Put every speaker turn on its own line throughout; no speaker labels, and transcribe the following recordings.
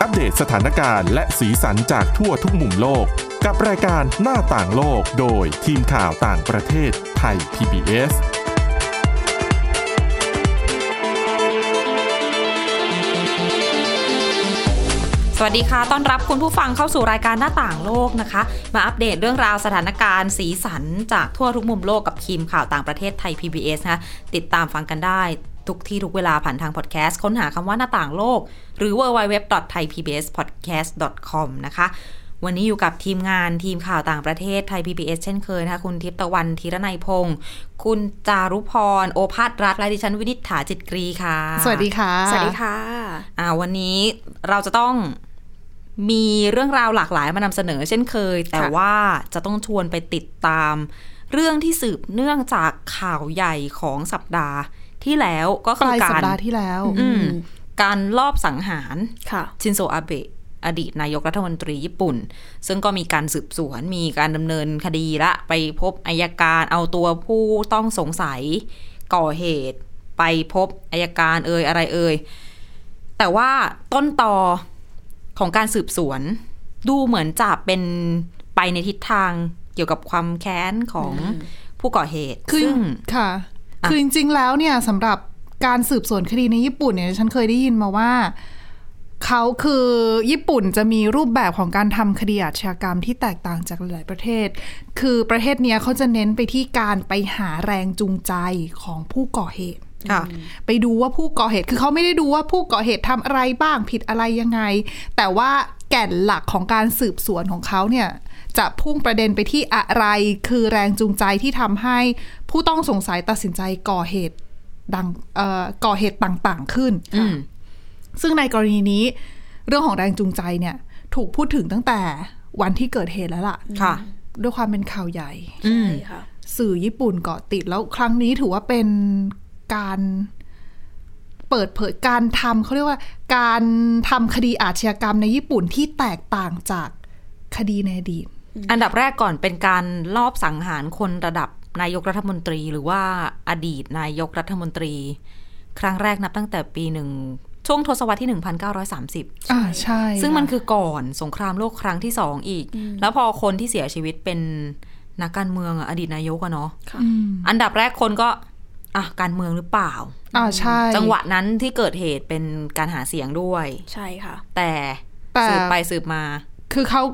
อัปเดตสถานการณ์และสีสันจากทั่วทุกมุมโลก กับรายการหน้าต่างโลกโดยทีมข่าวต่างประเทศไทย PBS
สวัสดีค่ะ ต้อนรับคุณผู้ฟังเข้าสู่รายการหน้าต่างโลกนะคะ มาอัปเดตเรื่องราวสถานการณ์สีสันจากทั่วทุกมุมโลกกับทีมข่าวต่างประเทศไทย PBS นะคะ ติดตามฟังกันได้ ทุกที่ทุกเวลาผ่านทางพอดแคสต์ค้นหาคำว่าหน้าต่างโลก หรือ www.thaipbspodcast.com นะคะ วันนี้อยู่กับทีมงานทีมข่าวต่างประเทศไทย PBS เช่นเคยนะคะ คุณทิพย์ตะวันธีรนัยพงศ์คุณจารุพร โอภาสรัฐและดิฉันวินิษฐาจิตกรีค่ะ
สวัสดีค่ะ
สวัสดีค่ะ
อ่าวันนี้เราจะต้อง มีเรื่องราวหลากหลายมานำเสนอเช่นเคย แต่
ค่ะ
ว่าจะต้องชวนไปติดตาม เรื่องที่สืบเนื่องจากข่าวใหญ่ของสัปดาห์ที่แล้วก็
ป
คือ
ลาย
กา
สัป
ร
ดาห์ที่แล้ว
อืมการลอบสังหาร
ค่ะ
ชินโซอาเบะอดีตนายกรัฐมนตรีญี่ปุ่น ซึ่งก็มีการสืบสวน มีการดำเนินคดีละ ไปพบอายการเอาตัวผู้ต้องสงสัยก่อเหตุ ไปพบอายการเอ่ยอะไรเอ่ยแต่ว่าต้นต่อของการสืบสวน ดูเหมือนจะเป็นไปในทิศทางเกี่ยวกับความแค้นของผู้ก่อเหตุ
คือ
ซึ่ง
ค่ะ
อ่ะ
คือจริงๆแล้วเนี่ยสำหรับการสืบสวนคดีในญี่ปุ่นเนี่ยฉันเคยได้ยินมาว่า เขาคือญี่ปุ่นจะมีรูปแบบของการทำคดีอาชญากรรมที่แตกต่างจากหลายๆประเทศ คือประเทศเนี้ยเขาจะเน้นไปที่การไปหาแรงจูงใจของผู้ก่อเหตุ
ค่ะ
ไปดูว่าผู้ก่อเหตุ คือเขาไม่ได้ดูว่าผู้ก่อเหตุทำอะไรบ้างผิดอะไรยังไง แต่ว่าแก่นหลักของการสืบสวนของเขาเนี่ย จะพุ่งประเด็นไปที่อะไร คือแรงจูงใจที่ทำให้ผู้ต้องสงสัยตัดสินใจก่อเหตุดังเอ่อก่อเหตุต่างๆขึ้น
อืม
ซึ่งในกรณีนี้ เรื่องของแรงจูงใจเนี่ย ถูกพูดถึงตั้งแต่วันที่เกิดเหตุแล้วล่ะ
ค่ะ
ด้วยความเป็นข่าวใหญ่
อืม
ใช่ค่ะ
สื่อญี่ปุ่นเกาะติดแล้วครั้งนี้ถือว่าเป็นการเปิดเผยการทำเขาเรียกว่าการทำคดีอาชญากรรมในญี่ปุ่นที่แตกต่างจากคดีในอดีต
อันดับแรกก่อนเป็นการลอบสังหารคนระดับนายกรัฐมนตรี หรือว่าอดีตนายกรัฐมนตรี ครั้งแรกนับตั้งแต่ปีหนึ่งช่วงทศวรรษที่ 1930
อ่าใช่
ซึ่งมัน
ค่ะ
คือก่อนสงครามโลกครั้งที่สองอีก แล้วพอคนที่เสียชีวิตเป็นนักการเมืองอะอดีตนายกอะเนาะ
ม
อันดับแรกคนก็อ่ะการเมืองหรือเปล่า
อ่าใช่
จังหวะนั้นที่เกิดเหตุเป็นการหาเสียงด้วย
ใช่ค่ะ
แต่
แต่
สืบไปสืบมา
คือเขา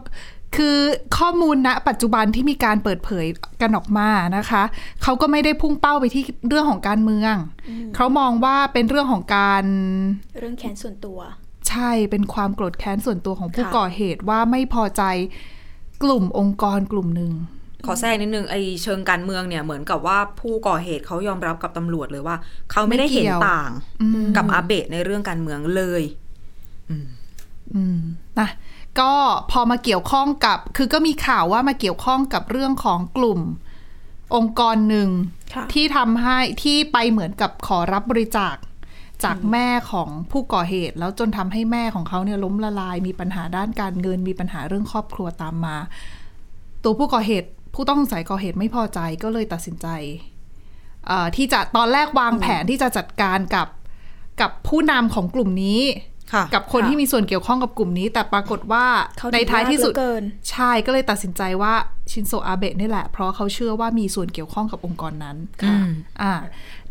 คือข้อมูลณปัจจุบันที่มีการเปิดเผยกันออกมานะคะเขาก็ไม่ได้พุ่งเป้าไปที่เรื่องของการเมืองเขามองว่าเป็นเรื่องของการ
เรื่องแค้นส่วนตัว
ใช่ เป็นความโกรธแค้นส่วนตัวของผู้
ค่ะ
ก่อเหตุว่าไม่พอใจกลุ่มองค์กรกลุ่มหนึ่ง
ขอแทรกนิดนึงไอเชิงการเมืองเนี่ยเหมือนกับว่าผู้ก่อเหตุเขายอมรับกับตำรวจเลยว่า เขาไม่ได้เห็น
ไม่เกี่ยว
ต่างกับอาเบะในเรื่องการเมืองเลย
อืมนะก็พอมาเกี่ยวข้องกับ คือก็มีข่าวว่ามาเกี่ยวข้องกับเรื่องของกลุ่มองค์กรหนึ่ง
ค่ะ
ที่ทำให้ที่ไปเหมือนกับขอรับบริจาคจากแม่ของผู้ก่อเหตุ แล้วจนทำให้แม่ของเขาเนี่ยล้มละลาย มีปัญหาด้านการเงิน มีปัญหาเรื่องครอบครัวตามมา ตัวผู้ก่อเหตุ ผู้ต้องสงสัยก่อเหตุไม่พอใจก็เลยตัดสินใจเอ่อที่จะตอนแรกวางแผนที่จะจัดการกับกับผู้นำของกลุ่มนี้
ค่ะ
กับคน
ค่ะ
ที่มีส่วนเกี่ยวข้องกับกลุ่มนี้ แต่ปรากฏว่า
เขา
ในท้ายที่สุด
เกิน
ใช่ก็เลยตัดสินใจว่าชินโซอาเบะนี่แหละ เพราะเขาเชื่อว่ามีส่วนเกี่ยวข้องกับองค์กรนั้น
อืม
อ่า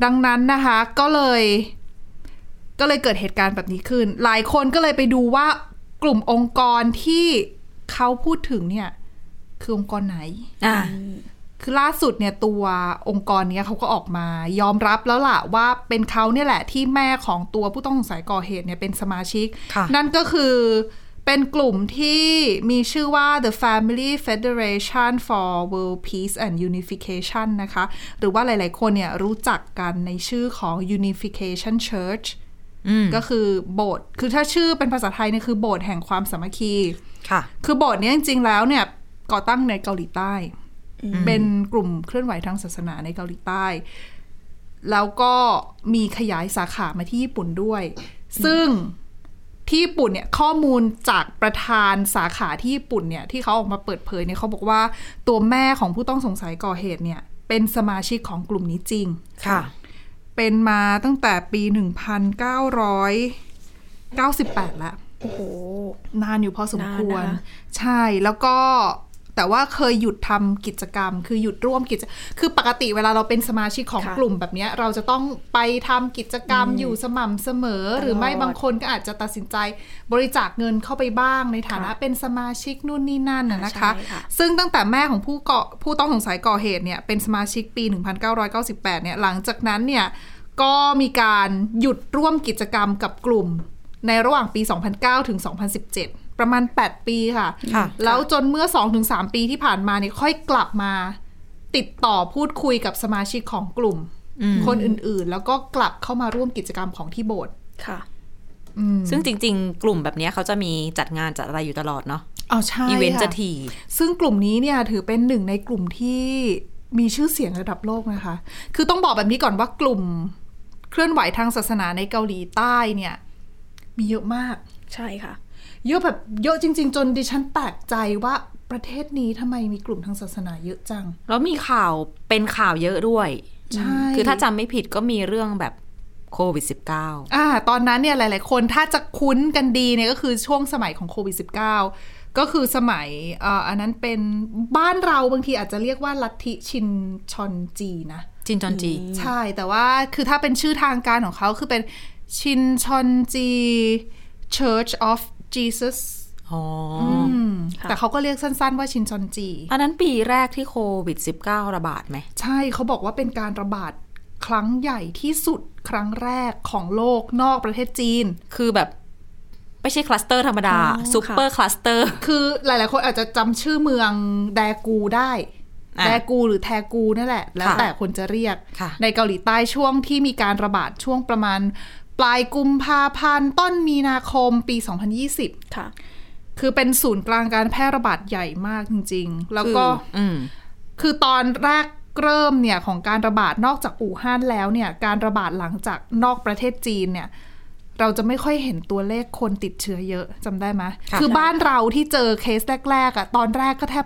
ดังนั้นนะคะก็เลย ก็เลยเกิดเหตุการณ์แบบนี้ขึ้น หลายคนก็เลยไปดูว่ากลุ่มองค์กรที่เขาพูดถึงเนี่ย คือองค์กรไหน
อ่า
คือล่าสุดเนี่ยตัวองค์กรเนี้ยเขาก็ออกมายอมรับแล้วล่ะว่าเป็นเขาเนี่ยแหละที่แม่ของตัวผู้ต้องสงสัยก่อเหตุเนี่ยเป็นสมาชิก
ค่ะ
นั่นก็คือเป็นกลุ่มที่มีชื่อว่า the Family Federation for World Peace and Unification นะคะ หรือว่าหลายๆคนเนี่ยรู้จักกันในชื่อของ Unification Church
อืม
ก็คือโบสถ์คือถ้าชื่อเป็นภาษาไทยเนี่ยคือโบสถ์แห่งความสามัคคี
ค่ะ
คือโบสถ์เนี้ยจริงๆแล้วเนี่ยก่อตั้งในเกาหลีใต้
อืม
เป็นกลุ่มเคลื่อนไหวทางศาสนาในเกาหลีใต้ แล้วก็มีขยายสาขามาที่ญี่ปุ่นด้วย ซึ่งที่ญี่ปุ่นเนี่ยข้อมูลจากประธานสาขาที่ญี่ปุ่นเนี่ยที่เขาออกมาเปิดเผยเนี่ยเขาบอกว่าตัวแม่ของผู้ต้องสงสัยก่อเหตุเนี่ยเป็นสมาชิกของกลุ่มนี้จริง
ค่ะ
เป็นมาตั้งแต่ปี 1998 แล้ว
โอ้โห
นานอยู่พอสมควร
นานนะคะ
ใช่แล้วก็แต่ว่าเคยหยุดทำกิจกรรม คือหยุดร่วมกิจ คือปกติเวลาเราเป็นสมาชิกของ
ค่ะ
กลุ่มแบบเนี้ยเราจะต้องไปทำกิจกรรมอยู่สม่ำเสมอ หรือไม่
ตลอด
บางคนก็อาจจะตัดสินใจบริจาคเงินเข้าไปบ้างในฐานะ
ค่ะ
เป็นสมาชิกนู่นนี่นั่นน่ะนะคะ
ใช่ค่ะ
ซึ่งตั้งแต่แม่ของผู้เกาะผู้ต้องสงสัยก่อเหตุเนี่ยเป็นสมาชิกปี 1998 เนี่ยหลังจากนั้นเนี่ยก็มีการหยุดร่วมกิจกรรมกับกลุ่ม ในระหว่างปี 2009 ถึง 2017 ประมาณ 8 ปีค่ะ
ค่ะ
แล้วจนเมื่อ 2-3 ปีที่ผ่านมาเนี่ยค่อยกลับมา ติดต่อพูดคุยกับสมาชิกของกลุ่ม คนอื่นๆ แล้วก็กลับเข้ามาร่วมกิจกรรมของที่โบสถ์
ค่ะ
อืม
ซึ่งจริง ๆ กลุ่มแบบเนี้ยเขาจะมีจัดงานจัดอะไรอยู่ตลอดเนาะ
อ๋อใช่
อีเวนต์
ค่
จะถี่
ซึ่งกลุ่มนี้เนี่ยถือเป็นหนึ่งในกลุ่มที่มีชื่อเสียงระดับโลกนะคะ คือต้องบอกแบบนี้ก่อนว่ากลุ่มเคลื่อนไหวทางศาสนาในเกาหลีใต้เนี่ย มีเยอะมาก
ใช่ค่ะ
เยอะแบบเยอะจริง ๆ จนดิฉันแปลกใจว่าประเทศนี้ทำไมมีกลุ่มทางศาสนาเยอะจัง
แล้วมีข่าวเป็นข่าวเยอะด้วย
ใช่
คือถ้าจำไม่ผิดก็มีเรื่องแบบโควิด -19
อ่าตอนนั้นเนี่ยหลาย ๆ คนถ้าจะคุ้นกันดีเนี่ยก็คือช่วงสมัยของโควิด -19 ก็คือสมัยเอ่ออันนั้นเป็นบ้านเราบางทีอาจจะเรียกว่าลัทธิชินชอนจีนะ
จินจอนจี
ใช่แต่ว่าคือถ้าเป็นชื่อทางการของเขาคือเป็นชินชอนจี Church of Jesus
อ๋ออ
อืม
ค่ะ
แต่เขาก็เรียกสั้น ๆ ว่าชินชอนจี
อันนั้นปีแรกที่โควิด -19 ระบาดไหม
ใช่เขาบอกว่าเป็นการระบาดครั้งใหญ่ที่สุดครั้งแรกของโลกนอกประเทศจีน
คือแบบ ไม่ใช่คลัสเตอร์ธรรมดา
อ๋อ
ซูเปอร์คลัสเตอร์
คือหลาย ๆ คนอาจจะจำชื่อเมืองแดกูได้
อ่ะ
แดกูหรือแทกูนั่นแหละ แล้ว
ค่ะ
แต่คนจะเรียก
ค่ะ
ในเกาหลีใต้ช่วงที่มีการระบาดช่วงประมาณ ปลายกุมภาพันธ์ต้นมีนาคมปี 2020
ค่ะ
คือเป็นศูนย์กลางการแพร่ระบาดใหญ่มากจริง ๆ แล้วก็
คืออืม
คือตอนแรกเริ่มเนี่ยของการระบาดนอกจากอู่ฮั่นแล้วเนี่ยการระบาดหลังจากนอกประเทศจีนเนี่ยเราจะไม่ค่อยเห็นตัวเลขคนติดเชื้อเยอะจำได้ไหม
ค่ะ
คือบ้านเราที่เจอเคสแรก ๆอะ่ะตอนแรกก็แทบ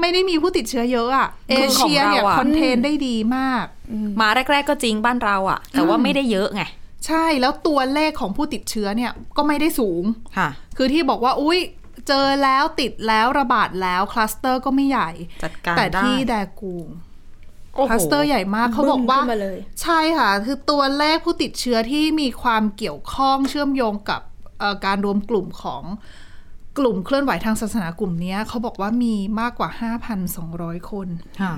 ไม่ได้มีผู้ติดเชื้อเยอะอะ่ะเอเชียเนี่ยคอนเทนได้ดีมาก
มาแรก ๆ ก็จริงบ้านเราอะแต่ว่าไม่ได้เยอะไง
ใช่แล้วตัวเลขของผู้ติดเชื้อเนี่ยก็ไม่ได้สูง
ค่ะ
คือที่บอกว่าอุ้ยเจอแล้วติดแล้วระบาดแล้วคลัสเตอร์ก็ไม่ใหญ่
จัดการ
แต่ที่
ได้
แดกูคลัสเตอร์ใหญ่มากเขาบอกว่า
บึ้มขึ้นมาเลย
ใช่ค่ะ คือตัวเลขผู้ติดเชื้อที่มีความเกี่ยวข้องเชื่อมโยงกับเอ่อการรวมกลุ่มของกลุ่มเคลื่อนไหวทางศาสนากลุ่มเนี้ยเขาบอกว่ามีมากกว่า 5,200 คน
ค่ะ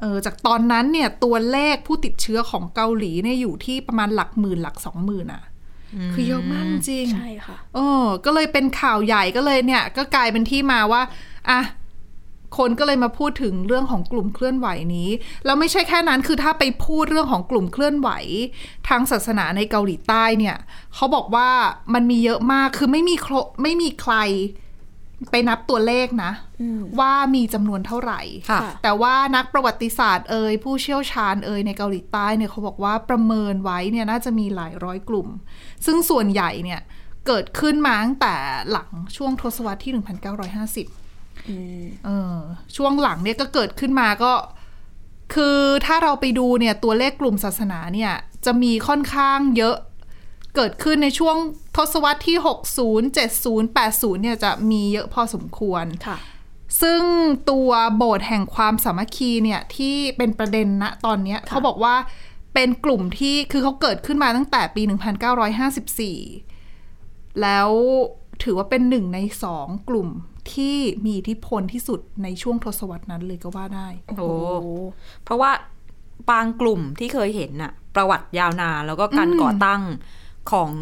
เออจากตอนนั้นเนี่ยตัวเลขผู้ติดเชื้อของเกาหลีเนี่ยอยู่ที่ประมาณหลักหมื่นหลักสองหมื่นอ่ะ คือเยอะมากจริง
ใช่ค่ะ
เออก็เลยเป็นข่าวใหญ่ก็เลยเนี่ย ก็กลายเป็นที่มาว่าอ่ะคนก็เลยมาพูดถึงเรื่องของกลุ่มเคลื่อนไหวนี้แล้วไม่ใช่แค่นั้นคือถ้าไปพูดเรื่องของกลุ่มเคลื่อนไหว ทางศาสนาในเกาหลีใต้เนี่ยเขาบอกว่ามันมีเยอะมากคือไม่มีโครไม่มีใครไปนับตัวเลขนะ
อืม
ว่ามีจำนวนเท่าไหร่
ค่ะ
แต่ว่านักประวัติศาสตร์เอ่ยผู้เชี่ยวชาญเอ่ยในเกาหลีใต้เนี่ยเขาบอกว่าประเมินไว้เนี่ยน่าจะมีหลายร้อยกลุ่ม ซึ่งส่วนใหญ่เนี่ยเกิดขึ้นมาตั้งแต่หลังช่วงทศวรรษที่ 1950
อืม
เออช่วงหลังเนี่ยก็เกิดขึ้นมาก็ คือถ้าเราไปดูเนี่ยตัวเลขกลุ่มศาสนาเนี่ยจะมีค่อนข้างเยอะเกิดขึ้นในช่วงทศวรรษที่ 60 70 80เนี่ยจะมีเยอะพอสมควร
ค่ะ
ซึ่งตัวโบสถ์แห่งความสามัคคีเนี่ยที่เป็นประเด็นณตอนเนี้ยเขาบอกว่าเป็นกลุ่มที่คือเขาเกิดขึ้นมาตั้งแต่ปี 1954 แล้วถือว่าเป็นหนึ่งในสองกลุ่มที่มีอิทธิพลที่สุดในช่วงทศวรรษนั้นเลยก็ว่าได้
โอ้โห เพราะว่าบางกลุ่มที่เคยเห็นน่ะ ประวัติยาวนานแล้วก็การ
อืม
ก่อตั้งของ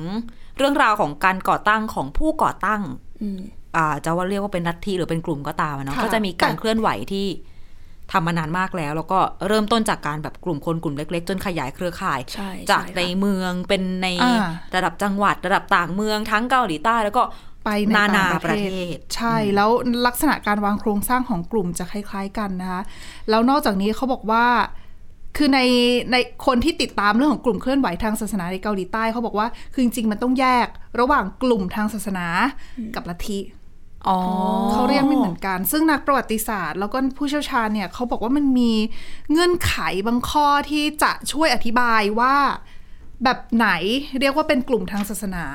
เรื่องราวของการก่อตั้งของผู้ก่อตั้ง
อืม
อ่าจะว่าเรียกว่าเป็นลัทธิหรือเป็นกลุ่มก็ตามอะเนาะ
ค่ะ
ก็จะมีการ
แต่
เคลื่อนไหวที่ทำมานานมากแล้ว แล้วก็เริ่มต้นจากการแบบกลุ่มคนกลุ่มเล็ก ๆ จนขยายเครือข่าย
ใช่
จาก
ช่ค่ะ
ในเมืองเป็นใน
อ่า
ระดับจังหวัดระดับต่างเมืองทั้งเกาหลีใต้แล้วก็
ไปใน
นานา
ต่างประเท
ประเท
ศ
ศ
ใช่ แล้วลักษณะการวางโครงสร้างของกลุ่มจะคล้าย ๆกันนะคะ แล้วนอกจากนี้เขาบอกว่า คือในในคนที่ติดตามเรื่องของกลุ่มเคลื่อนไหวทางศาสนาในเกาหลีใต้เขาบอกว่าคือจริงๆมันต้องแยกระหว่างกลุ่มทางศาสนากับลัทธิ
อ๋อ
เขาเรียกไม่เหมือนกัน ซึ่งนักประวัติศาสตร์ แล้วก็ผู้เชี่ยวชาญเนี่ยเขาบอกว่ามันมีเงื่อนไขบางข้อที่จะช่วยอธิบายว่า แบบไหนเรียกว่าเป็นกลุ่มทางศาสนา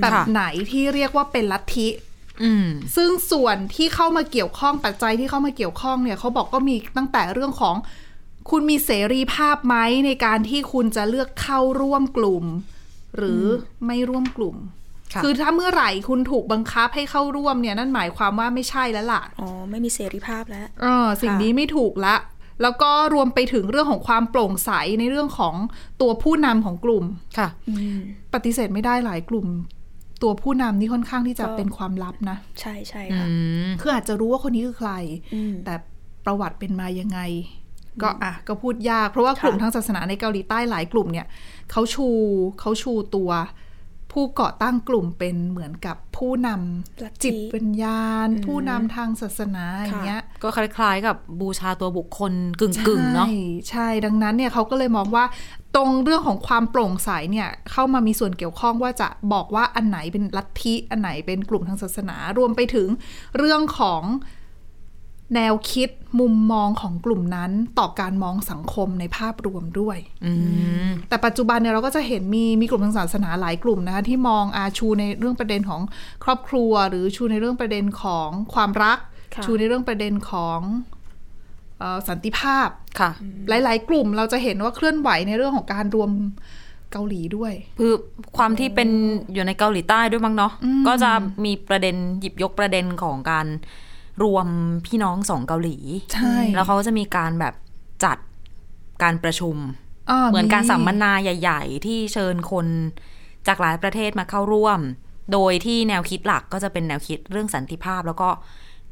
แบบ
ค่ะ
ไหนที่เรียกว่าเป็นลัทธิ
อืม
ซึ่งส่วนที่เข้ามาเกี่ยวข้องปัจจัยที่เข้ามาเกี่ยวข้องเนี่ยเขาบอกก็มีตั้งแต่เรื่องของคุณมีเสรีภาพไหมในการที่คุณจะเลือกเข้าร่วมกลุ่ม หรืออไม่ร่วมกลุ่ม
ค่ะ
อถ้าเมื่อไหร่คุณถูกบังคับให้เข้าร่วมเนี่ยนั่นหมายความว่าไม่ใช่แล้วล่ะ
อ๋อ ไม่มีเสรีภาพแล้ว
เออสิ่ง
ค่ะ
นี้ไม่ถูกละ แล้วก็รวมไปถึงเรื่องของความโปร่งใสในเรื่องของตัวผู้นำของกลุ่ม
ค่ะ
อืม
ปฏิเสธไม่ได้หลายกลุ่ม ตัวผู้นำนี่ค่อนข้างที่จะ
ก็
เป็นความลับนะ
ใช่ใช่
อื
ค่ะ
ม
คืออาจจะรู้ว่าคนนี้คือใคร
อืม
แต่ประวัติเป็นมายังไง ก็อ่ะก็พูดยาก เพราะว่ากลุ่ม
ค่ะ
ทางศาสนาในเกาหลีใต้หลายกลุ่มเนี่ยเขาชูเขาชูตัว ผู้ก่อตั้งกลุ่มเป็นเหมือนกับผู้น
ลัท
ำ
ธิ
จิตวิญญาณ ผู้นำทางศาสนาอย่างเงี้ย
ก็คล้ายๆกับบูชาตัวบุคคลกึ่งๆ เนาะ
ใช่ใช่ดังนั้นเนี่ยเขาก็เลยมองว่าตรงเรื่องของความโปร่งใสเนี่ยเข้ามามีส่วนเกี่ยวข้องว่าจะบอกว่าอันไหนเป็นลัทธิอันไหนเป็นกลุ่มทางศาสนารวมไปถึงเรื่องของแนวคิดมุมมองของกลุ่มนั้นต่อการมองสังคมในภาพรวมด้วย
อืม
แต่ปัจจุบันเนี่ยเราก็จะเห็นมีมีกลุ่มทางศาสนาหลายกลุ่มนะคะที่มองอาชูในเรื่องประเด็นของครอบครัว หรือชูในเรื่องประเด็นของความรัก
ค่ะ
ชูในเรื่องประเด็นของเออสันติภาพ
ค่ะ
หลาย ๆ กลุ่มเราจะเห็นว่าเคลื่อนไหวในเรื่องของการรวมเกาหลีด้วย
คือความที่เป็นอยู่ในเกาหลีใต้ด้วยมั้งเนาะ ก็จะมีประเด็นหยิบยกประเด็นของการรวมพี่น้องสองเกาหลี
ใช่
แล้วเขาก็จะมีการแบบจัดการประชุม เหมือนการสัมมนาใหญ่ ๆ ที่เชิญคนจากหลายประเทศมาเข้าร่วม โดยที่แนวคิดหลักก็จะเป็นแนวคิดเรื่องสันติภาพ แล้วก็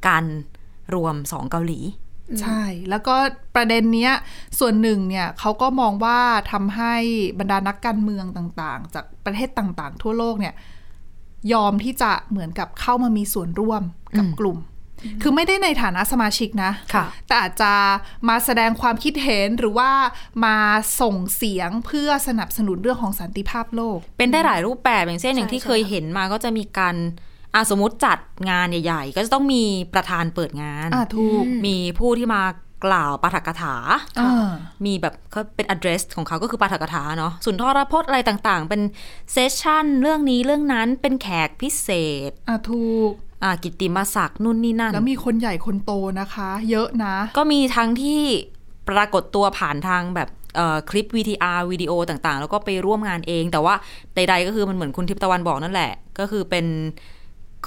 การรวมสองเกาหลี
ใช่ แล้วก็ประเด็นเนี้ยส่วนหนึ่งเนี่ยเขาก็มองว่าทำให้บรรดานักการเมืองต่างๆ จากประเทศต่างๆ ทั่วโลกเนี่ยยอมที่จะเหมือนกับเข้ามามีส่วนร่วมกับ
อืม
กลุ่ม คือไม่ได้ในฐานะสมาชิกนะ
ค่ะ
แต่อาจจะมาแสดงความคิดเห็นหรือว่ามาส่งเสียงเพื่อสนับสนุนเรื่องของสันติภาพโลก
เป็นได้หลายรูปแบบอย่างเช่นอย่างที่
ใช่
เคยเห็นมาก็จะมีการอาสมมติจัดงานใหญ่ ๆ ก็จะต้องมีประธานเปิดงาน
อ่าถูก
มีผู้ที่มากล่าวปาฐกถา
อ่า
มีแบบเขาเป็น address ของเขาก็คือปาฐกถาเนาะสุนทรพจน์อะไรต่างๆ เป็นเซสชั่นเรื่องนี้เรื่องนั้นเป็นแขกพิเศษ
อ่ะถูก
อ่ากิตติมศักดิ์นู่นนี่นั่น
แล้วมีคนใหญ่คนโตนะคะ เยอะนะ
ก็มีทั้งที่ปรากฏตัวผ่านทางแบบเอ่อคลิป VTR วิดีโอต่างๆ แล้วก็ไปร่วมงานเอง แต่ว่าใดๆก็คือมันเหมือนคุณทิพย์ตะวันบอกนั่นแหละ ก็คือเป็น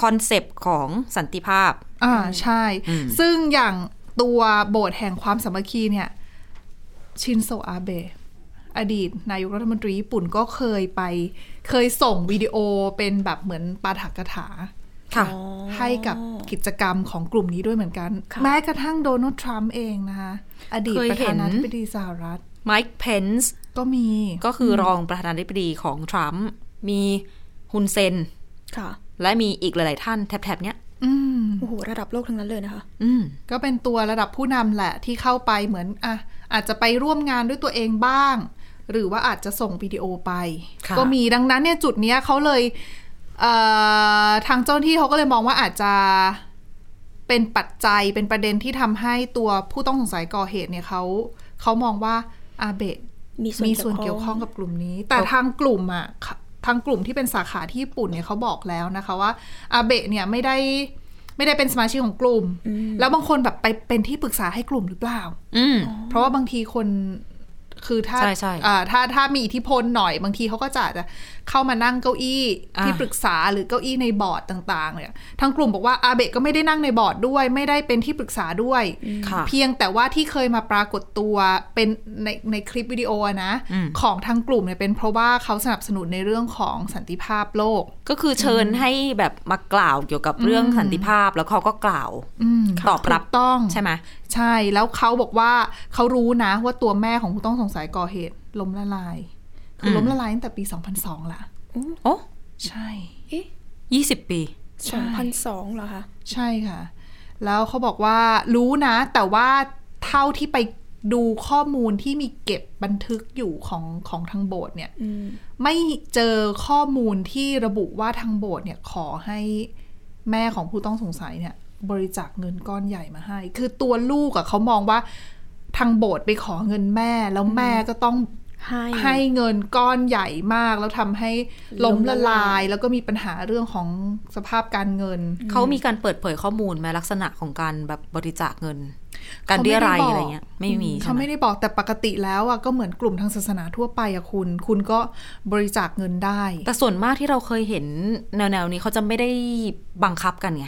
คอนเซปต์ของสันติภาพ
อ่าใช่
อืม
ซึ่งอย่างตัวโบสถ์แห่งความสามัคคีเนี่ย ชินโซอาเบะอดีต นายกรัฐมนตรีญี่ปุ่นก็เคยไป เคยส่งวิดีโอเป็นแบบเหมือนปาฐกถา
ค่ะ
อ๋อ
ให้กับกิจกรรมของกลุ่มนี้ด้วยเหมือนกัน
ค่ะ
แม้กระทั่งโดนัลด์ทรัมป์เองนะคะอดีต
เคย
ประ
เห็น
ธานาธิบดีสหรัฐ
ไมค์เพนส์
ก็มี
ก็คือรองประธานาธิบดีของทรัมป์มีฮุนเซน
ค่ะ
และมีอีกหลายๆท่านแถบๆเนี้ย
อืม
โอ้โห ระดับโลกทั้งนั้นเลยนะคะ
อืม
ก็เป็นตัวระดับผู้นำแหละที่เข้าไปเหมือนอ่ะอาจจะไปร่วมงานด้วยตัวเองบ้าง หรือว่าอาจจะส่งวิดีโอไป
ค่ะ
ก็มีดังนั้นเนี่ยจุดเนี้ยเขาเลยเอ่อทางเจ้าหน้าที่เขาก็เลยมองว่าอาจจะเป็นปัจจัยเป็นประเด็นที่ทำให้ตัวผู้ต้องสงสัยก่อเหตุเนี่ยเขาเขามองว่าอาเบะ
มีส่วน
มีส่วนเกี่ยวข้องกับกลุ่มนี้ แต่ทางกลุ่มอ่ะค่ะทางกลุ่มที่เป็นสาขาที่ญี่ปุ่นเนี่ยเขาบอกแล้วนะคะว่าอาเบะเนี่ยไม่ได้ไม่ได้เป็นสมาชิกของกลุ่ม
อืม
แล้วบางคนแบบไปเป็นที่ปรึกษาให้กลุ่มหรือเปล่า
อืม
เพราะว่าบางทีคนคือถ้า
ใช่ใช่
อ่าถ้าถ้ามีอิทธิพลหน่อยบางทีเขาก็จะอาจจะเข้ามานั่งเก้าอี้
อ่า
ที่ปรึกษาหรือเก้าอี้ในบอร์ดต่างๆเนี่ยทางกลุ่มบอกว่าอาเบะก็ไม่ได้นั่งในบอร์ดด้วย ไม่ได้เป็นที่ปรึกษาด้วย
ค่ะ
เพียงแต่ว่าที่เคยมาปรากฏตัวเป็นในในคลิปวิดีโออะนะ
อืม
ของทางกลุ่มเนี่ยเป็นเพราะว่าเขาสนับสนุนในเรื่องของสันติภาพโลก
ก็คือเชิญให้แบบมากล่าวเกี่ยวกับเรื่องสันติภาพแล้วเขาก็กล่าว
อืม
ตอบรับ
ถูกต้อง
ใช่ไหม
ใช่แล้วเขาบอกว่าเขารู้นะว่าตัวแม่ของผู้ต้องสงสัยก่อเหตุล้มละลาย คือ
ม
ล้มละลายตั้งแต่ปี 2002ละ
โอ้
ใช่
เอ๊ะ
ยี่สิบปี
สองพันสองเหรอคะ
ใช่ค่ะ แล้วเขาบอกว่ารู้นะ แต่ว่าเท่าที่ไปดูข้อมูลที่มีเก็บบันทึกอยู่ของของทางโบสถ์เนี่ย
อืม
ไม่เจอข้อมูลที่ระบุว่าทางโบสถ์เนี่ยขอให้แม่ของผู้ต้องสงสัยเนี่ยบริจาคเงินก้อนใหญ่มาให้ คือตัวลูกอะเขามองว่าทางโบสถ์ไปขอเงินแม่แล้วแม่ก็ต้อง
ให้
ให้เงินก้อนใหญ่มาก แล้วทำให้ล้มละลาย แล้วก็มีปัญหาเรื่องของสภาพการเงิน
เขามีการเปิดเผยข้อมูลไหมลักษณะของการแบบบริจาคเงิน การ
เขาไม่
เรีย
ได้
ราย
บอก
อะไรเงี้ย ไม่มีใช่
เขา
ไหม
ไม่ได้บอกแต่ปกติแล้วอ่ะก็เหมือนกลุ่มทางศาสนาทั่วไปอะคุณ คุณก็บริจาคเงินได้
แต่ส่วนมากที่เราเคยเห็นแนวๆนี้เขาจะไม่ได้บังคับกันไง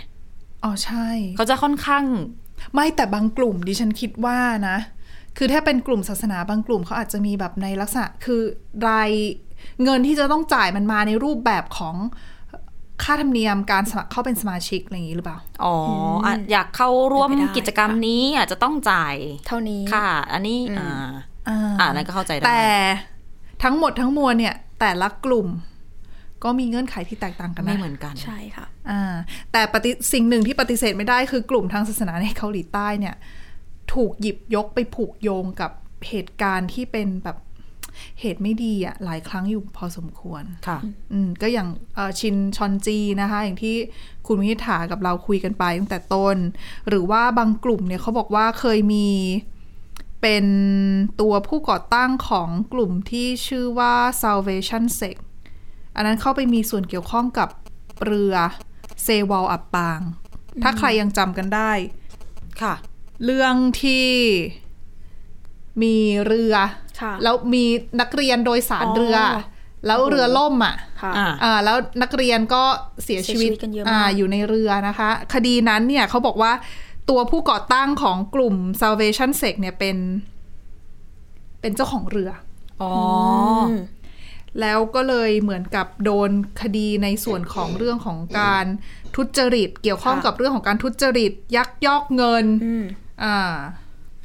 อ๋อใช่
เขาจะค่อนข้าง
ไม่แต่บางกลุ่มดิฉันคิดว่านะ คือถ้าเป็นกลุ่มศาสนาบางกลุ่มเขาอาจจะมีแบบในลักษณะคือรายเงินที่จะต้องจ่ายมันมาในรูปแบบของค่าธรรมเนียมการสมัครเข้าเป็นสมาชิกอะไรอย่างนี้หรือเปล่า
อ๋ออ่ะ
อืม
อยากเข้าร่วม
เป็นไปได้
กิจกรรมนี้อาจจะต้องจ่าย
เท่านี้
ค่ะ อันนี้อ่า
อ่า
อ่านั่นก็เข้าใจได้
แต่ทั้งหมดทั้งมวลเนี่ย แต่ละกลุ่มก็มีเงื่อนไขที่แตกต่างกัน
ไม่
นะ
เหมือนกัน
ใช่ค่ะ
อ่าแต่ปฏิสิ่งหนึ่งที่ปฏิเสธไม่ได้คือกลุ่มทางศาสนาในเกาหลีใต้เนี่ย ถูกหยิบยกไปผูกโยงกับเหตุการณ์ที่เป็นแบบเหตุไม่ดีอะหลายครั้งอยู่พอสมควร
ค่ะ
อืมก็อย่างเอ่อชินชอนจีนะคะ อย่างที่คุณวินิษฐากับเราคุยกันไปตั้งแต่ต้น หรือว่าบางกลุ่มเนี่ยเขาบอกว่าเคยมีเป็นตัวผู้ก่อตั้งของกลุ่มที่ชื่อว่า Salvation Sect อันนั้นเข้าไปมีส่วนเกี่ยวข้องกับเรือเซวอลอับปาง ถ้าใครยังจำกันได้
ค่ะ
เรื่องที่มีเรือ
ค่ะ
แล้วมีนักเรียนโดยสารเรือ
อ๋อ
แล้วเรือล่มอ่ะ
ค่ะ
อ่า
อ่าแล้วนักเรียนก็เสีย
เสีย
ชี
ชี
วิต
วิตกันเยอะมาก
อยู่ในเรือนะคะ คดีนั้นเนี่ยเขาบอกว่าตัวผู้ก่อตั้งของกลุ่ม Salvation Sect เนี่ยเป็น เป็นเจ้าของเรือ
อ๋ออ
ม
แล้วก็เลยเหมือนกับโดนคดีในส่วนของเรื่องของการทุจริต เกี่ยวข้องกับเรื่องของการทุจริต ยักยอกเงิน
อืม
อ่า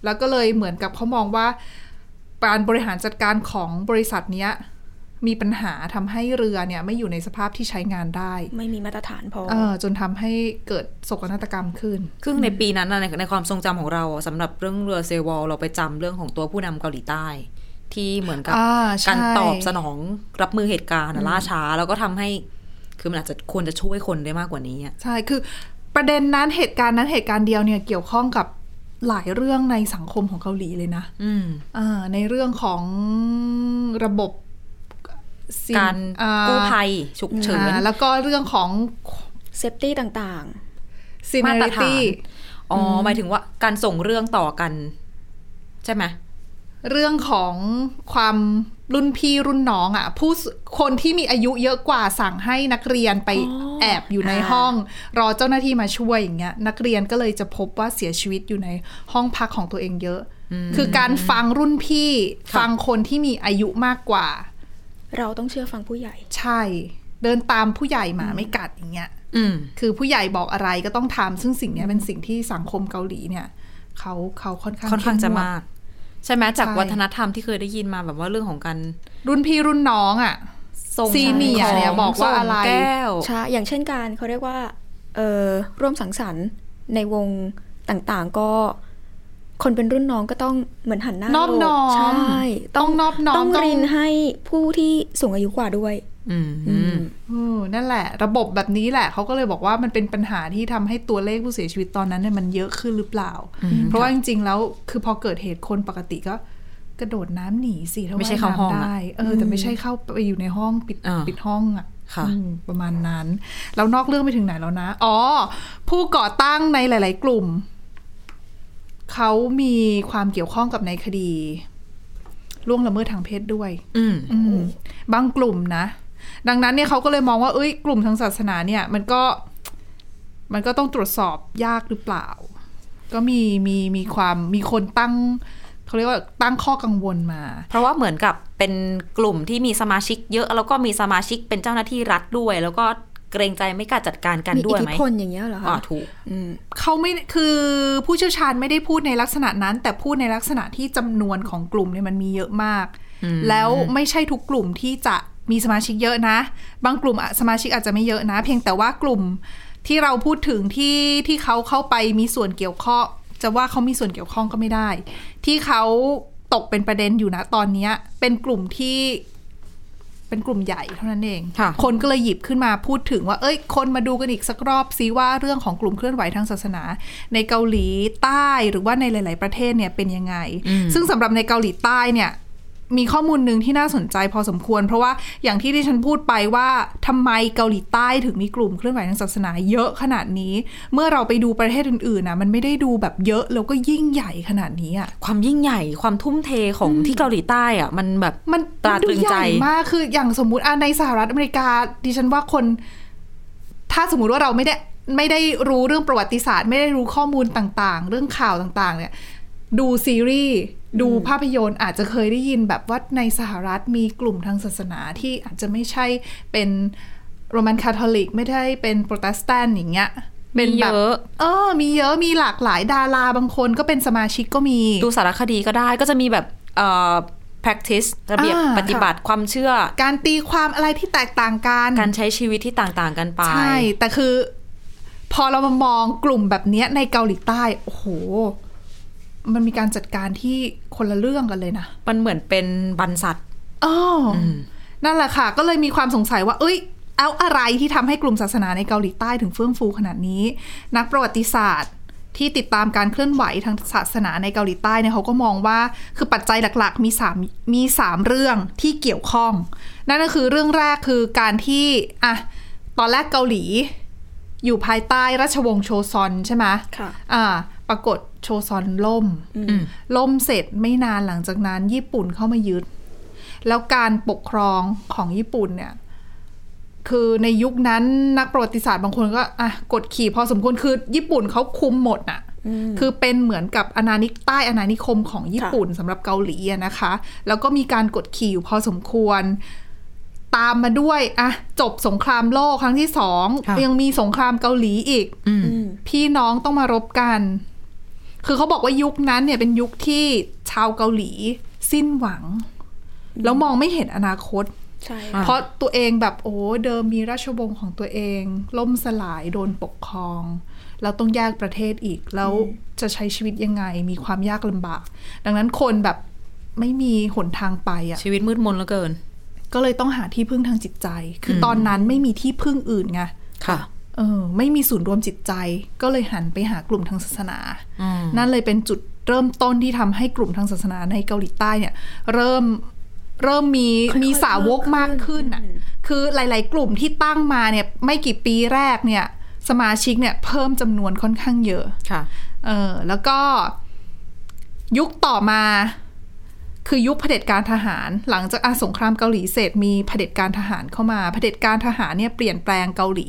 แล้วก็เลยเหมือนกับเขามองว่าการบริหารจัดการของบริษัทเนี้ยมีปัญหาทำให้เรือเนี่ยไม่อยู่ในสภาพที่ใช้งานได้
ไม่มีมาตรฐานพอ
เออจนทำให้เกิดโศกนาฏกรรมขึ้น
ครึ่งในปีนั้นนะในในความทรงจำของเราสำหรับเรื่องเรือเซวอลเราไปจำเรื่องของตัวผู้นำเกาหลีใต้ ที่เหมือนกับ
อ่าใช่
การตอบสนองรับมือเหตุการณ์อะล่าช้า แล้วก็ทำให้ คือมันอาจจะควรจะช่วยคนได้มากกว่านี้อะ
ใช่คือประเด็นนั้นเหตุการณ์นั้นเหตุการณ์เดียวเนี่ยเกี่ยวข้องกับหลายเรื่องในสังคมของเกาหลีเลยนะ
อืม
อ่าในเรื่องของระบบสิ่ง
การ
อ่
กู้ภัยฉุกเฉิน
อ่าแล้วก็เรื่องของ
เซฟตี้ต่าง
seniority
มาตรฐาน อ๋ออหมายถึงว่าการส่งเรื่องต่อกัน ใช่ไหม
เรื่องของความรุ่นพี่รุ่นน้องอะ่ะผู้สคนที่มีอายุเยอะกว่าสั่งให้นักเรียนไป
อ๋อ
แอบอยู่ใน
อ่า
ห้อง รอเจ้าหน้าที่มาช่วยอย่างเงี้ยนักเรียนก็เลยจะพบว่าเสียชีวิตอยู่ในห้องพักของตัวเองเยอะ คือการฟังรุ่นพี่
ค่ะ
ฟังคนที่มีอายุมากกว่า
ๆ เราต้องเชื่อฟังผู้ใหญ่
ใช่ เดินตามผู้ใหญ่หมาไม่กัดอย่างเงี้ย
อืม
คือผู้ใหญ่บอกอะไรก็ต้องทำซึ่งสิ่งเนี้ยเป็นสิ่งที่สังคมเกาหลีเนี่ยเขาเขาค่อนข้าง
ค่อนข้างจะ
เข้วด
มาก ใช่ไหมจาก
ใช่
วัฒนธรรมที่เคยได้ยินมาแบบว่าเรื่องของการ
รุ่นพี่รุ่นน้องอ่ะ
ส่ง
ซีเนียร์
ของ
เนี่ยบอกว่า
ส่ง
อะไร
แก้ว
ใช่ อย่างเช่นการเขาเรียกว่า เออร่วมสังสรรค์ในวงต่างๆ ก็ คนเป็นรุ่นน้องก็ต้องเหมือนหันหน้าน
อบน้อม
ใช่
ต้องนอบน้อม
ต้องเรินให้ผู้ที่สูงอายุกว่าด้วย
อืม
อืม
เออนั่นแหละ ระบบแบบนี้แหละ เขาก็เลยบอกว่ามันเป็นปัญหาที่ทำให้ตัวเลขผู้เสียชีวิตตอนนั้นเนี่ยมันเยอะขึ้นหรือเปล่า เพราะว่าจริงๆแล้วคือพอเกิดเหตุคนปกติก็ กระโดดน้ำหนีสิถ้า
ไม่ใช่
ว่าย
เข้าห้อง
น้ำ
อะ
ได้เออแต่ไม่ใช่เข้าไปอยู่ในห้องปิด
อ่า
ปิดห้องอะ
ค่ะ
อืมประมาณนั้น แล้วนอกเรื่องไปถึงไหนแล้วนะ อ๋อ ผู้ก่อตั้งในหลาย ๆ กลุ่ม เขามีความเกี่ยวข้องกับในคดีล่วงละเมิดทางเพศด้วย
อืม
อืมบางกลุ่มนะ ดังนั้นเนี่ยเขาก็เลยมองว่าเอ้ยกลุ่มทางศาสนาเนี่ย มันก็มันก็ต้องตรวจสอบยากหรือเปล่า ก็มีมีมีความมีคนตั้งเขาเรียกว่าตั้งข้อกังวลมา
เพราะว่าเหมือนกับเป็นกลุ่มที่มีสมาชิกเยอะ แล้วก็มีสมาชิกเป็นเจ้าหน้าที่รัฐด้วย แล้วก็เกรงใจไม่กล้าจัดการกัน
มี
ด้
อิ
วย
ทธิ
ไหม
พลอย่างเงี้ยเหรอ
อ๋อ
คะ
ถูก
อืม
เขาไม่คือผู้เชี่ยวชาญไม่ได้พูดในลักษณะนั้น แต่พูดในลักษณะที่จำนวนของกลุ่มเนี่ยมันมีเยอะมาก แล้วไม่ใช่ทุกกลุ่มที่จะมีสมาชิกเยอะนะ บางกลุ่มอะสมาชิกอาจจะไม่เยอะนะ เพียงแต่ว่ากลุ่มที่เราพูดถึงที่ที่เขาเข้าไปมีส่วนเกี่ยวข้องจะว่าเขามีส่วนเกี่ยวข้องก็ไม่ได้ ที่เขาตกเป็นประเด็นอยู่นะตอนเนี้ยเป็นกลุ่มที่เป็นกลุ่มใหญ่เท่านั้นเอง
ค่ะ
คนก็เลยหยิบขึ้นมาพูดถึงว่า เอ้ย คนมาดูกันอีกสักรอบซิว่าเรื่องของกลุ่มเคลื่อนไหวทางศาสนา ในเกาหลีใต้หรือว่าในหลาย ๆ ประเทศเนี่ยเป็นยังไง ซึ่งสำหรับในเกาหลีใต้เนี่ย มีข้อมูลหนึ่งที่น่าสนใจพอสมควร เพราะว่าอย่างที่ที่ฉันพูดไปว่าทำไมเกาหลีใต้ถึงมีกลุ่มเคลื่อนไหวทางศาสนาเยอะขนาดนี้ เมื่อเราไปดูประเทศอื่นๆนะมันไม่ได้ดูแบบเยอะแล้วก็ยิ่งใหญ่ขนาดนี้อ่ะ
ความยิ่งใหญ่ความทุ่มเทของที่เกาหลีใต้อ่ะ มันแบบ
มัน
ตราตรึงใจ
มันดูใหญ่มากคืออย่างสมมุติอ่ะในสหรัฐอเมริกาดิฉันว่าคน ถ้าสมมุติว่าเราไม่ได้ไม่ได้รู้เรื่องประวัติศาสตร์ ไม่ได้รู้ข้อมูลต่างๆ เรื่องข่าวต่างๆ เนี่ย ดูซีรีส์ดูภาพยนตร์อาจจะเคยได้ยินแบบว่าในสหรัฐมีกลุ่มทางศาสนาที่อาจจะไม่ใช่เป็นโรมันคาทอลิก ไม่ได้เป็นโปรเตสแตนต์อย่างเงี้ย
มี
เป็น
เย
แบบ
อะ
เออ มีเยอะมีหลากหลายดาราบางคนก็เป็นสมาชิกก็มี
ดูสารคดีก็ได้ก็จะมีแบบเอ่อ practice ระเบียบ
อ่า
ปฏิบัติความเชื่อ
การตีความอะไรที่แตกต่างกัน
การใช้ชีวิตที่ต่างๆกันไป
ใช่ แต่คือ พอเรามามองกลุ่มแบบเนี้ยในเกาหลีใต้ โอ้โห มันมีการจัดการที่คนละเรื่องกันเลยนะ
มันเหมือนเป็นบรรษัท
อ๋ออนั่นแหละค่ะ ก็เลยมีความสงสัยว่า เอ้ย เอาอะไรที่ทำให้กลุ่มศาสนาในเกาหลีใต้ถึงเฟื่องฟูขนาดนี้ นักประวัติศาสตร์ ที่ติดตามการเคลื่อนไหวทางศาสนาในเกาหลีใต้เนี่ยเขาก็มองว่าคือปัจจัยหลักๆ มีสามมีสามเรื่องที่เกี่ยวข้อง นั่นก็คือเรื่องแรกคือการที่อ่ะตอนแรกเกาหลี อยู่ภายใต้ราชวงศ์โชซอนใช่ไหม
ค่ะ
อ่า ปรากฏโชซอนล่ม ล่มเสร็จไม่นานหลังจากนั้นญี่ปุ่นเข้ามายึด แล้วการปกครองของญี่ปุ่นเนี่ย คือในยุคนั้นนักประวัติศาสตร์บางคนก็อ่ะกดขี่พอสมควรคือญี่ปุ่นเขาคุมหมดน่ะ คือเป็นเหมือนกับอาณานิคใต้อาณานิคมของญี่ปุ่นสำหรับเกาหลีอะนะคะ แล้วก็มีการกดขี่อยู่พอสมควร ตามมาด้วยอ่ะจบสงครามโลกครั้งที่สอง
ค่ะ
ยังมีสงครามเกาหลีอีก
อืม
พี่น้องต้องมารบกัน คือเขาบอกว่ายุคนั้นเนี่ยเป็นยุคที่ชาวเกาหลี สิ้นหวัง แล้วมองไม่เห็นอนาคต
ใช่
อ่ะ
เพราะตัวเองแบบโอ้เดิมมีราชวงศ์ของตัวเอง ล่มสลายโดนปกครอง แล้วต้องแยกประเทศอีก แล้วจะใช้ชีวิตยังไง มีความยากลำบาก ดังนั้นคนแบบไม่มีหนทางไปอ่ะ
ชีวิตมืดมนเหลือเกิน
ก็เลยต้องหาที่พึ่งทางจิตใจ คืออตอนนั้นไม่มีที่พึ่งอื่นไง
ค่ะ
เออไม่มีศูนย์รวมจิตใจ ก็เลยหันไปหากลุ่มทางศาสนา
อืม
นั่นเลยเป็นจุดเริ่มต้นที่ทำให้กลุ่มทางศาสนาในเกาหลีใต้เนี่ย เริ่มเริ่มมีมีสาวกมากขึ้นอ่ะคือหลาย ๆ กลุ่มที่ตั้งมาเนี่ยไม่กี่ปีแรกเนี่ย สมาชิกเนี่ยเพิ่มจำนวนค่อนข้างเยอะ
ค่ะ
เออแล้วก็ยุคต่อมาคือยุคเผด็จการทหาร หลังจากอาสงครามเกาหลีเสร็จมีเผด็จการทหารเข้ามาเผด็จการทหารเนี่ยเปลี่ยนแปลงเกาหลี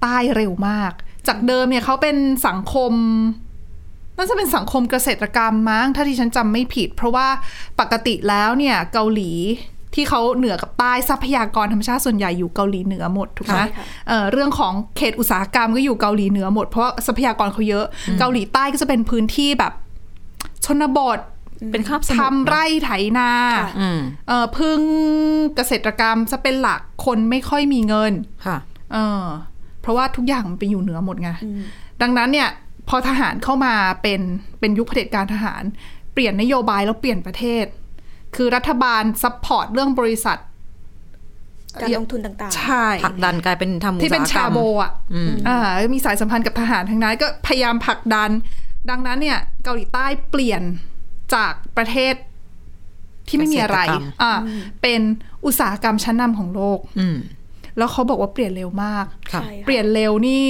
ใต้เร็วมาก จากเดิมเนี่ยเขาเป็นสังคม น่าจะเป็นสังคมเกษตรกรรมมั้งถ้าที่ฉันจำไม่ผิด เพราะว่าปกติแล้วเนี่ยเกาหลีที่เขาเหนือกับใต้ทรัพยากรธรรมชาติส่วนใหญ่อยู่เกาหลีเหนือหมดถูกไหมเอ่อเรื่องของเขตอุตสาหกรรมก็อยู่เกาหลีเหนือหมดเพราะทรัพยากรเขาเยอะ เกาหลีใต้ก็จะเป็นพื้นที่แบบ ชนบท
เป็นคาบสมุทร
ทำไร่ไถนา
อืม
เอ่อพึ่งเกษตรกรรมจะเป็นหลักคนไม่ค่อยมีเงิน
ค่ะ
เออเพราะว่าทุกอย่างมันไปอยู่เหนือหมดไง ดังนั้นเนี่ย พอทหารเข้ามาเป็นเป็นยุคเผด็จการทหาร เปลี่ยนนโยบายแล้วเปลี่ยนประเทศ คือรัฐบาลซัพพอร์ตเรื่องบริษัท
การลงทุนต่าง
ใช่
ผลักดันกลายเป็นทำอุต
ที่
สา
เป็น
หกร
ชาร
ม
โบอ่ะ
อืม
อ่ามีสายสัมพันธ์กับทหารทั้งนั้น ก็พยายามผลักดัน ดังนั้นเนี่ย เกาหลีใต้เปลี่ยนจากประเทศที่ไม่มีอะไร
เกษตรกรรม
อ่าเป็นอุตสาหกรรมชั้นนำของโลก
อืม
แล้วเขาบอกว่าเปลี่ยนเร็วมาก
ๆ
ค่ะ
ใช่ค่ะ
เปลี่ยนเร็วนี่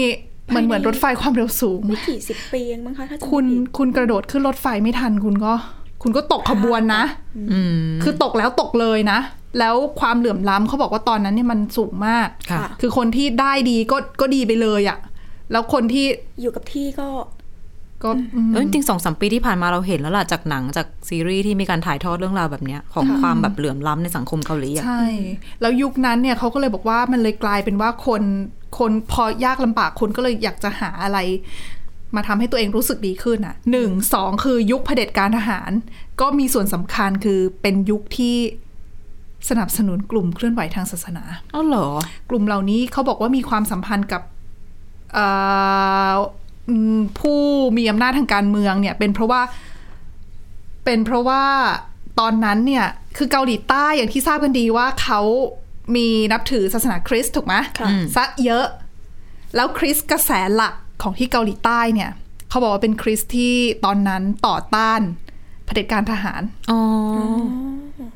มันเหมือนรถไฟความเร็วสูง
ไม่กี่สิบปีเองมั้งคะถ้าจำไม่
คุณ
ผิด
คุณกระโดดขึ้นรถไฟไม่ทันคุณก็ คุณก็ตกขบวนนะ
อืม
คือตกแล้วตกเลยนะ แล้วความเหลื่อมล้ำเขาบอกว่าตอนนั้นเนี่ยมันสูงมาก
ค่ะ
อคนที่ได้ดีก็ก็ดีไปเลยอะแล้วคนที่
อยู่กับที่ก็
ก็อืม
เออจริงๆสองสามปีที่ผ่านมาเราเห็นแล้วล่ะจากหนังจากซีรีส์ที่มีการถ่ายทอดเรื่องราวแบบเนี้ยของความแบบเหลื่อมล้ำในสังคมเกาหลีอะ
ใช่ แล้วยุคนั้นเนี่ยเขาก็เลยบอกว่ามันเลยกลายเป็นว่าคนคนพอยากลำบากคนก็เลยอยากจะหาอะไร มาทำให้ตัวเองรู้สึกดีขึ้นอ่ะหนึ่งสองคือยุคเผด็จการทหาร ก็มีส่วนสำคัญคือเป็นยุคที่สนับสนุนกลุ่มเคลื่อนไหวทางศาสนา
เอ้าเหรอ
กลุ่มเหล่านี้เขาบอกว่ามีความสัมพันธ์กับเอ่ออืมผู้มีอำนาจทางการเมืองเนี่ย เป็นเพราะว่า เป็นเพราะว่าตอนนั้นเนี่ย คือเกาหลีใต้อย่างที่ทราบกันดีว่าเขามีนับถือศาสนาคริสต์ถูกไหม
ค่ะ
ซะเยอะ แล้วคริสต์กระแสหลักของที่เกาหลีใต้เนี่ย เขาบอกว่าเป็นคริสต์ที่ตอนนั้นต่อต้านเผด็จการทหาร
อ๋อ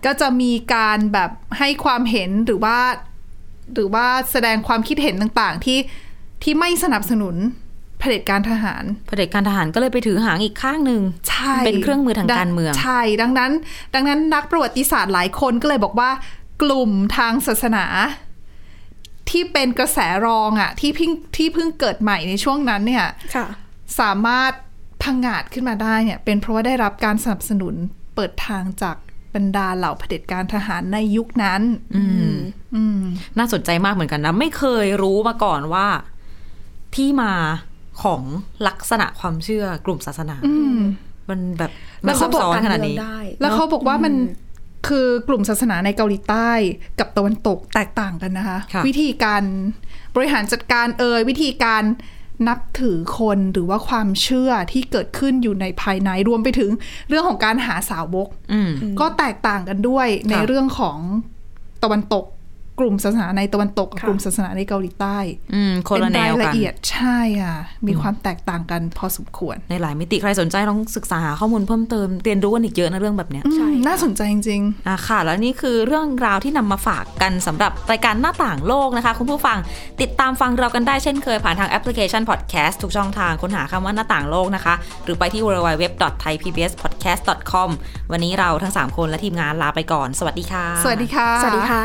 ก็จะมีการแบบให้ความเห็นหรือว่า หรือว่าแสดงความคิดเห็นต่างๆ ที่ที่ไม่สนับสนุนเผด็จการทหาร
เผด็จการทหารก็เลยไปถือหางอีกข้างหนึ่ง
ใช่
เป็นเครื่องมือทางการเมือง
ใช่ดังนั้น ดังนั้นนักประวัติศาสตร์หลายคนก็เลยบอกว่า กลุ่มทางศาสนา ที่เป็นกระแสรองอะที่เพิ่งที่เพิ่งเกิดใหม่ในช่วงนั้นเนี่ย
ค่ะ
สามารถพังงาดขึ้นมาได้เนี่ยเป็นเพราะว่าได้รับการสนับสนุนเปิดทางจากบรรดาเหล่าเผด็จการทหารในยุคนั้น
อืม
อืม
น่าสนใจมากเหมือนกันนะ ไม่เคยรู้มาก่อนว่า ที่มาของลักษณะความเชื่อกลุ่มศาสนา
อืม
มันแบบ
แล้
มัน
ว
ซั
เขา
บ
บอก
ซ้อนขนาดนี้
แล้วเขาบอกว่ามันคือกลุ่มศาสนาในเกาหลีใต้กับตะวันตกแตกต่างกันนะคะ
ค่ะ
วิธีการบริหารจัดการเอ่ยวิธีการนับถือคนหรือว่าความเชื่อที่เกิดขึ้นอยู่ในภายในรวมไปถึงเรื่องของการหาสาวก
อืม
ก็แตกต่างกันด้วยในเรื่องของตะวันตก กลุ่มศาสนาในตะวันตกกับ
ค่ะ
กลุ่มศาสนาในเกาหลีใต้
อืมคนละ
เป็
แน
รายวละ
กัน
เอียดใช่อ่ะมีความแตกต่างกันพอสมควร
ในหลายมิติใครสนใจลองศึกษาหาข้อมูลเพิ่มเติมเรียนรู้กันอีกเยอะนะเรื่องแบบเนี้ย
อืม
ใช่ค่ะ
น่าสนใจจริง
อ่ะค่ะ แล้วนี่คือเรื่องราวที่นำมาฝากกันสำหรับรายการหน้าต่างโลกนะคะ คุณผู้ฟังติดตามฟังเรากันได้เช่นเคยผ่านทางแอปพลิเคชันพอดแคสต์ทุกช่องทางค้นหาคำว่าหน้าต่างโลกนะคะ หรือไปที่ www.thaipbspodcast.com วันนี้เราทั้ง 3 คนและทีมงานลาไปก่อน สวัสดีค่ะ
ๆ สวัสดีค่ะ
สวัสดีค่ะ